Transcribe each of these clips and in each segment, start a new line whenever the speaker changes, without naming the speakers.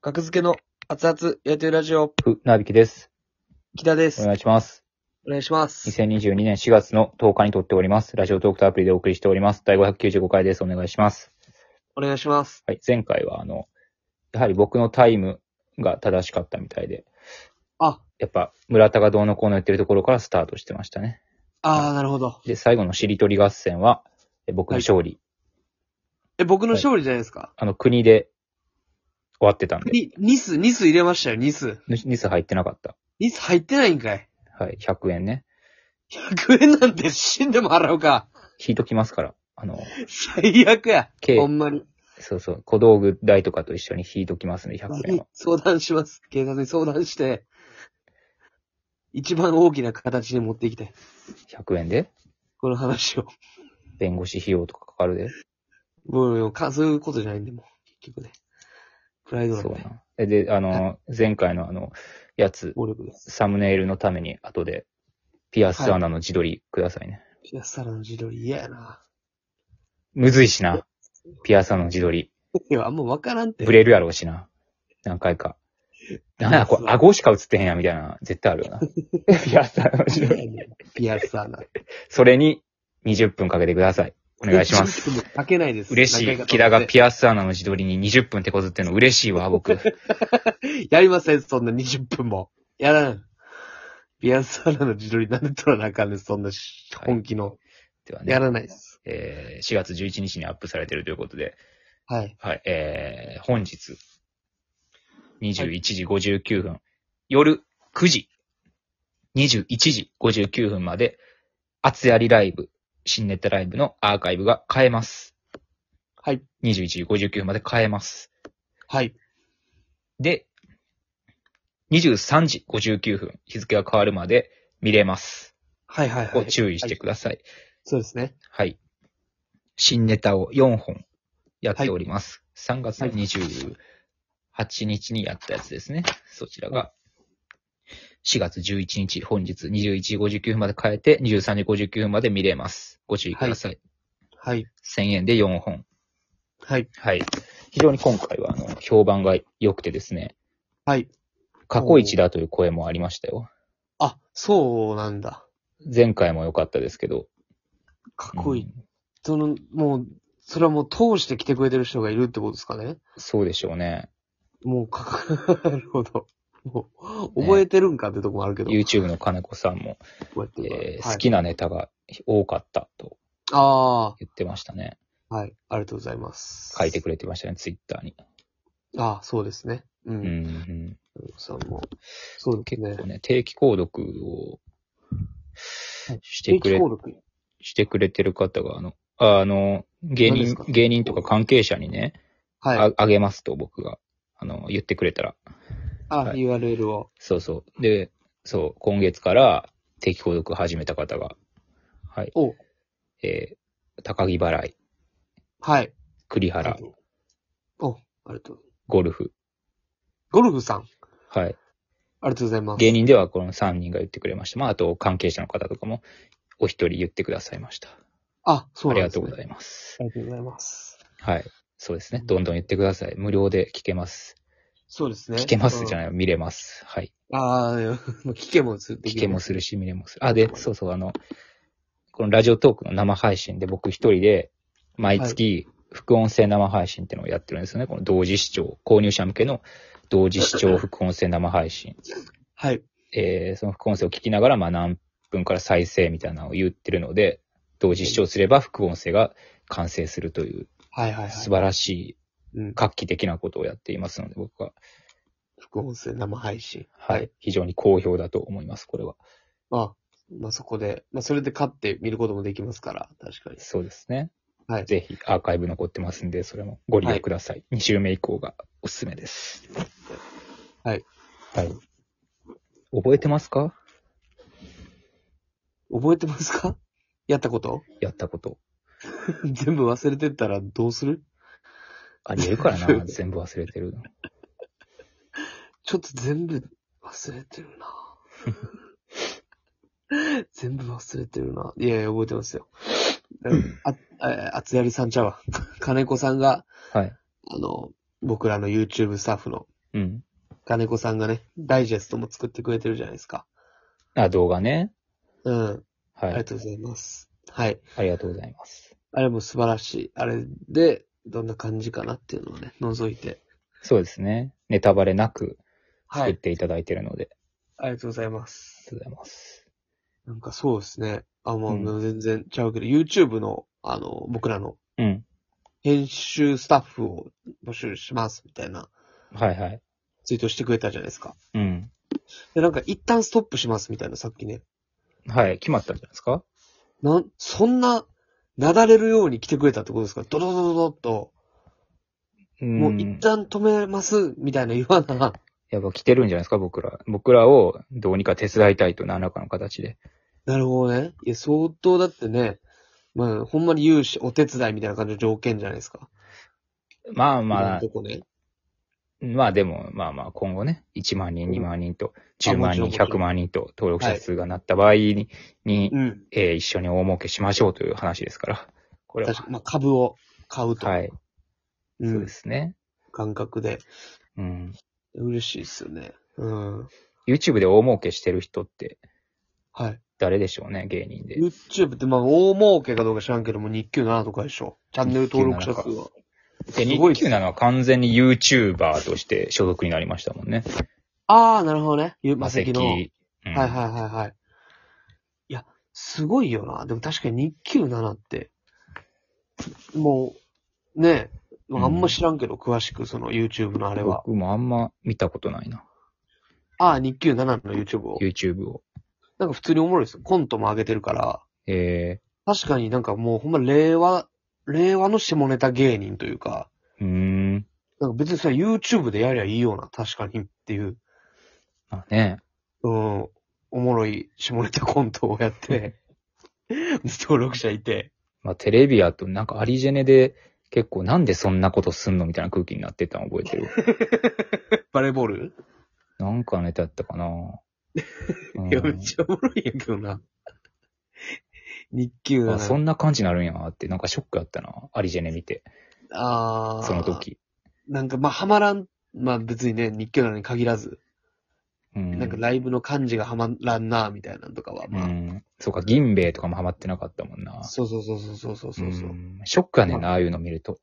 格付けの熱々やってるラジオ、
ふ、なびきです。
木田で
お
す。
願いします。
お願いします。
2022年4月の10日に撮っております。ラジオトークとアプリでお送りしております。第595回です。お願いします。
お願いします。
はい。前回は、あの、やはり僕のタイムが正しかったみたいで、
あ、
やっぱ、村田がどうのこうの言ってるところからスタートしてましたね。
あー、なるほど。
で、最後のしりとり合戦は、え僕の勝利。
え、僕の勝利じゃないですか。
あの、国で終わってたんで、
に、ニス、ニス入れましたよ、ニス。
ニス入ってなかった。
ニス入ってないんかい。
はい。100円ね。
100円なんて死んでも払うか。
引いときますから。あの、
最悪や。
計
ほんまに。
そうそう、小道具代とかと一緒に引いときますね、100円は。
相談します。警察に相談して。一番大きな形に持っていきたい。
100円で
この話を。
弁護士費用とかかかるで。
もう、かそういうことじゃないんで、もう結局ね。プライドなん
そう
で。
な。えで、あの、前回のあの、やつ、
暴力です。
サムネイルのために後で、ピアス穴の自撮りくださいね。
いや、サラの自撮り嫌やな。
むずいしな。ピアス穴の自撮り。
いや、あんまわからんって。
ブレるやろうしな。何回か。なんだ、これ、顎しか映ってへんや、みたいな、絶対あるよ な。ピアス穴の自撮り。
ピアスさんな。
それに、20分かけてください。お願いします。。
かけないです。
嬉し
何回
い。
か
木田が
撮って
ピアス穴の自撮りに20分手こずってんの嬉しい わ、僕。
やりません、そんな20分も。やらん。ピアスさんの自撮りなんで撮らなあかんねん、そんなし
はい
本気の。
では
や
ね、
らないです。
えー4月11日にアップされてるということで、
はい。
はい、えー、本日、21時59分、夜9時、21時59分まで、厚やりライブ、新ネタライブのアーカイブが変えます。
はい。
21時59分まで変えます。
はい。
で、23時59分、日付が変わるまで見れます。
はいはいは
を
い。
注意してください。
そうですね。
はい。新ネタを4本やっております。3月の28日にやったやつですね。そちらが。4月11日、本日21時59分まで変えて、23時59分まで見れます。ご注意ください。
はい。
1000円で4本。
はい。
はい。非常に今回は、あの、評判が良くてですね、
はい。
過去一だという声もありましたよ。
あ、そうなんだ。
前回も良かったですけど。
かっこいい。
うん
その、もう、それはもう通して来てくれてる人がいるってことですかね。
そうでしょうね。
もう、かっこなるほど。もう、覚えてるんかってとこもあるけど。
YouTube の金子さんも、
こうやってるから
えー
はい
好きなネタが多かったと
あ
言ってましたね。
あ、はい。ありがとうございます。
書いてくれてましたね、ツイッターに。
ああ、そうですね。う。
うんん、
さんも。そうです
結
ね
構。ね、定期購読をしてく
定
れ、
期購読
してくれてる方が、あの、ああの、芸
何です
人
か、
芸人とか関係者にね、
はい。
ああげますと僕が、あの、言ってくれたら。
あ、
はい
URL を。
そうそう。で、そう、今月から定期購読始めた方が、はい。
お
えー高木払い、
はい。
栗原、
お、ありがとう。
ゴルフ。
ゴルフさん。
はい。
ありがとうございます。
芸人ではこの3人が言ってくれました。まあ、あと関係者の方とかも、お一人言ってくださいました。
あ、そう
あり
なん
が
です、
と
ね。
うございます。
ありがとうございます。
はい。そうですね。どんどん言ってください。無料で聞けます。
そうですね。
聞けますじゃ
ない。
ない、見れます。はい。
あ あ、聞けもする。
聞けもす
る。
るし、見れもする。あ、で、そうそう、あの、このラジオトークの生配信で僕一人で、毎月、副音声生配信っていうのをやってるんですよね。この同時視聴、購入者向けの同時視聴副音声生配信。
はい。
えー、その副音声を聞きながら、まあ何分から再生みたいなのを言ってるので、同時視聴すれば副音声が完成するという、
はいはいはい。
素晴らしい
うん。
画期的なことをやっていますので、僕は。
副音声生配信。
は
はい
い。非常に好評だと思います、これは。
あ、まあそこで、まあそれで勝って見ることもできますから、確かに。
そうですね。
はい。
ぜひ、アーカイブ残ってますんで、それもご利用ください。2週目以降がおすすめです。
はい。
はい。覚えてますか
覚えてますかやったこと
やったこと。
全部忘れてったらどうする
ありえるから な、全部忘れてるの。
ちょっと全部忘れてるな 全部忘れてるな。いやいや、覚えてますよ。あ、あ、あつや りさんちゃうわ。金子さんが、
はい。
あの、僕らの YouTube スタッフの
うん。
金子さんがね、ダイジェストも作ってくれてるじゃないですか。
あ、動画ね。
うん。
は
ありが
い。
とうございます。はい。
ありがとうございます。
あれも素晴らしい。あれで、どんな感じかなっていうのをね、覗いて。
そうですね。ネタバレなく
は
作っ
い。
ていただいてるので、
ありがとうございます。
ありがとうございます。
なんかそうですね。あ、も
うん
う全然ちゃうけど、YouTube の、あの、僕らの
うん。
編集スタッフを募集しますみたいな
はいはい。
ツイートしてくれたじゃないですか。
うん。
で、なんか一旦ストップしますみたいなさっきね。
はい。決まったんじゃないですか
なん、そんな、なだれるように来てくれたってことですかドドドドドッと、も
も
う一旦止めますみたいな言わな。
やっぱ来てるんじゃないですか、僕ら。僕らをどうにか手伝いたいと、何らかの形で。
なるほどね。いや、相当だってね、まあ、ほんまに融資、お手伝いみたいな感じの条件じゃないですか。
まあ
今
ま
の
あ
と、こね。
まあでも、まあまあ、今後ね、1万人、
うん
2万人と、
あ
10万人、
もちろん
100万人と登録者数がなった場合に、に
うん。
えー一緒に大儲けしましょうという話ですから。これは
確。かまあ、株を買うと。
はい。
う
そうんで。すね。
感覚で。
うん。
嬉しいっすよね。うん。
YouTube で大儲けしてる人って、
はい。
誰でしょうね、芸人で。
YouTube ってまあ、大儲けかどうか知らんけども、日給7とかでしょ。チャンネル登録者数は。
で、
すごいっ
日
す
給なのは完全に YouTuber として所属になりましたもんね。
ああ、なるほどね。ゆマセキの。はい
キ。うん
はいはいはい。いや、すごいよな。でも確かに日給7って、もう、ねえ、まああんま知らんけど、詳しくその YouTube のあれは。
僕もあんま見たことないな。
ああ、日給7の YouTube を。
YouTube を。
なんか普通におもろいですよ。コントも上げてるから。
え
確かになんかもうほんま令和、令和の下ネタ芸人というか、
ー、うーん。
なんか別にそれ YouTube でやりゃいいような、確かにっていう、
まあね。
うん、おもろい下ネタコントをやって、登録者いて、
まあテレビやとなんかアリジェネで結構なんでそんなことすんのみたいな空気になってたの覚え てる。
バレーボール、
なんかネタやったかな、 うん
いや、めっちゃおもろいんやけどな。日給が
あ
な
そんな感じになるんやって、なんかショックやったな。アリジェネ見て、
あー
その。時。
なんかまあ、はまらん、まあ別にね、日給なのに限らず、
うん。
なんかライブの感じがはまらんな、みたいなのとかは、
う
まあ、
ん。そうか、銀兵衛とかもハマってなかったもんな。
そうそうそうそうそうそうそう。
んショックやねんな、ああいうの見ると。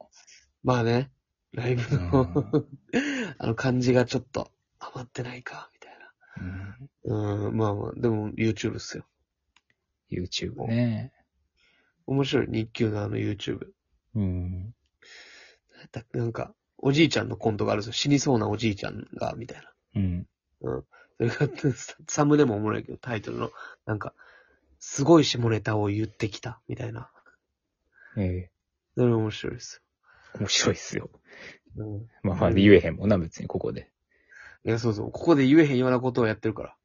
まあね、ライブ
う
の
ん、
あの感じがちょっと余ってないか、みたい
う
な。
ん、
うん、まあまあ、でも YouTube っすよ。
YouTube ね。
面白い、日給のあの YouTube。
うん。
だなんか、おじいちゃんのコントがあるんですよ。死にそうなおじいちゃんが、みたいな。
うん。
それが、ササムでもおもろいけど、タイトルの、なんか、すごい下ネタを言ってきた、みたいな。
ええ
それ面白いっす
面白いっすよ。
よ。うん。
まあまあ
うん
言えへんもんな、別にここで。
いや、そうそう。ここで言えへんようなことをやってるから。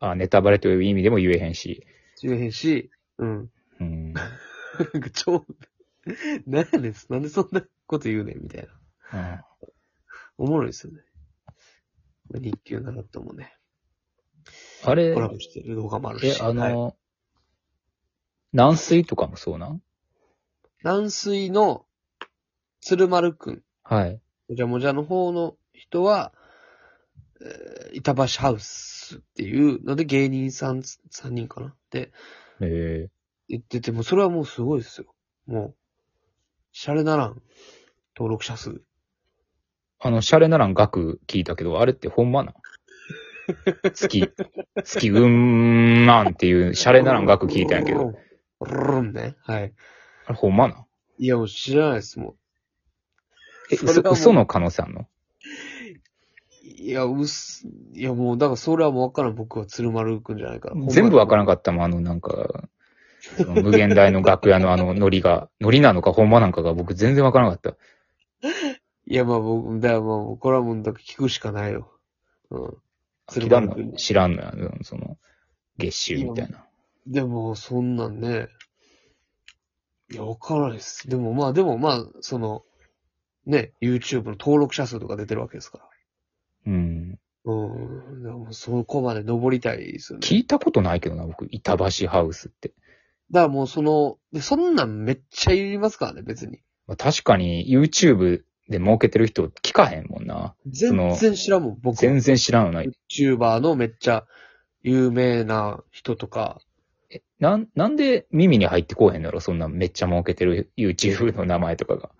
あネタバレという意味でも言えへんし。
言えへんし、うん。
うん。
なんか超、なんやねん、なんでそんなこと言うねん、みたいな。
うん
おもろいですよね。まあ日給ならともね、
あれ
コ、ラボしてる動画もあるし。
え、あ
はい、
の、軟水とかもそうなん
軟水の鶴丸くん、
はい。
もじゃもじゃの方の人は、えー板橋ハウスっていうので芸人さん3人かなって
ええ
言ってて、もうそれはもうすごいですよ。もう、シャレならん、登録者数。
あの、シャレならん額聞いたけど、あれってほ んまなん月、月、うーん、なんっていう、シャレならん額聞いたんやけど、。
ルンね。はい。
あれほんまなん
いや、もう知らないです、もう。
え、
それはも
嘘
う
嘘の可能性あんの
いや、うっす、いやもう、だからそれはもうわからん、僕は鶴丸くんじゃないから。
全部わから
ん。
んかったもん、あの、なんか、その無限大の楽屋のあの、ノリ が、ノリなのか、ほんまなんかが、僕全然わからなかった。
いや、まあ僕、だからもう、これはもう、だから聞くしかないよ。うん。
知
鶴
ら
丸
ん
くん
の、知らんのや、その、月収みたいな。
でも、そんなんね、いや、わからないです。でもまあ、でもまあ、その、ね、YouTube の登録者数とか出てるわけですから。
うん。
うん。でも、そこまで登りたいですよね。
聞いたことないけどな、僕、板橋ハウスって。
だからもう、その、でそんなんめっちゃいりますからね、別に。
まあ、確かに、YouTube で儲けてる人聞かへんもんな。
全
の
然知らんもん、僕。
全然知らんのない。
YouTuber のめっちゃ有名な人とか。
えなん、なんで耳に入ってこうへんのやろそんなめっちゃ儲けてる YouTube の名前とかが。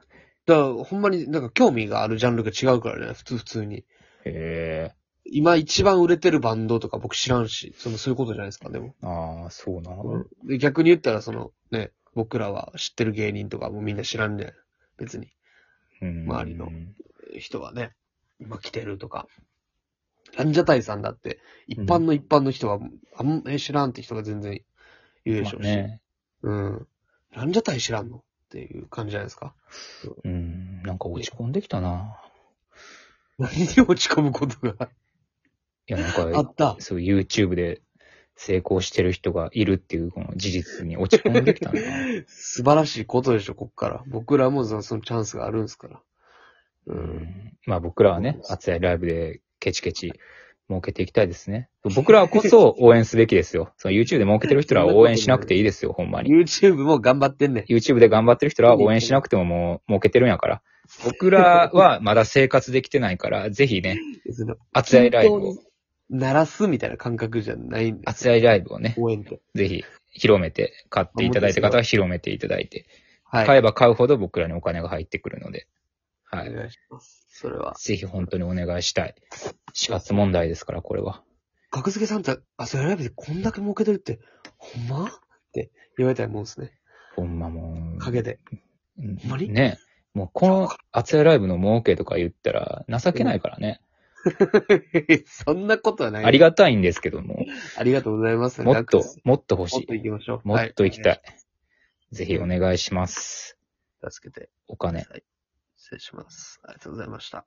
だから、ほんまになんか興味があるジャンルが違うからね、普通、普通に。
へえ。
今一番売れてるバンドとか僕知らんし、その、そういうことじゃないですか、でも。
ああ、そうな。
で逆に言ったら、その、ね、僕らは知ってる芸人とかもみんな知らんね別に、
うん
周りの人はね、今来てるとか。ランジャタイさんだって、一般の一般の人は、あんまり知らんって人が全然言うで
ま
しょ
あ
うし。
ね。
うん。ランジャタイ知らんのっていう感じじゃないですか。
うん、なんか落ち込んできたな。
何に 落ち込むことが
いや、なん
あ
か、
った。
そう YouTube で成功してる人がいるっていうこの事実に落ち込んできたな。
素晴らしいことでしょ、こっから。僕らもそのそのチャンスがあるんですから。 う。
うんんまあ僕らは
そう
ね
で、す
熱いライブでケチケチ儲けていきたいですね。僕らこそ応援すべきですよ。その YouTube で儲けてる人らは応援しなくていいですよ、ほんまに。
YouTube も頑張ってんね
YouTube で頑張ってる人らは応援しなくてももう儲けてるんやから。僕らはまだ生活できてないから、ぜひね、
ん。その
熱いライブを、
鳴らすみたいな感覚じゃないんで。
熱いライブをね、
応援って。
ぜひ広めて、買っていただいた方は広めていただいて、
はい。
買えば買うほど僕らにお金が入ってくるので、は
お
い。
願いします。それは。
ぜひ本当にお願いしたい。死活問題ですから、これは。
格付けさんって、あ、それライブでこんだけ儲けてるって、ほんまって言われたいもんですね。
ほんまもう。
陰で。
うん
ほんまに
ね。もうこの熱いライブの儲けとか言ったら情けないからね。
そんなことはない。
ありがたいんですけども、
ありがとうございます。
もっ
楽
と
です、
もっと欲
もっ
し
と行
い。
きましょう。
もっと行きた。
はい
ぜひお願いします。
い。助けて
お
くだ
金。
さい。失礼します。ありがとうございました。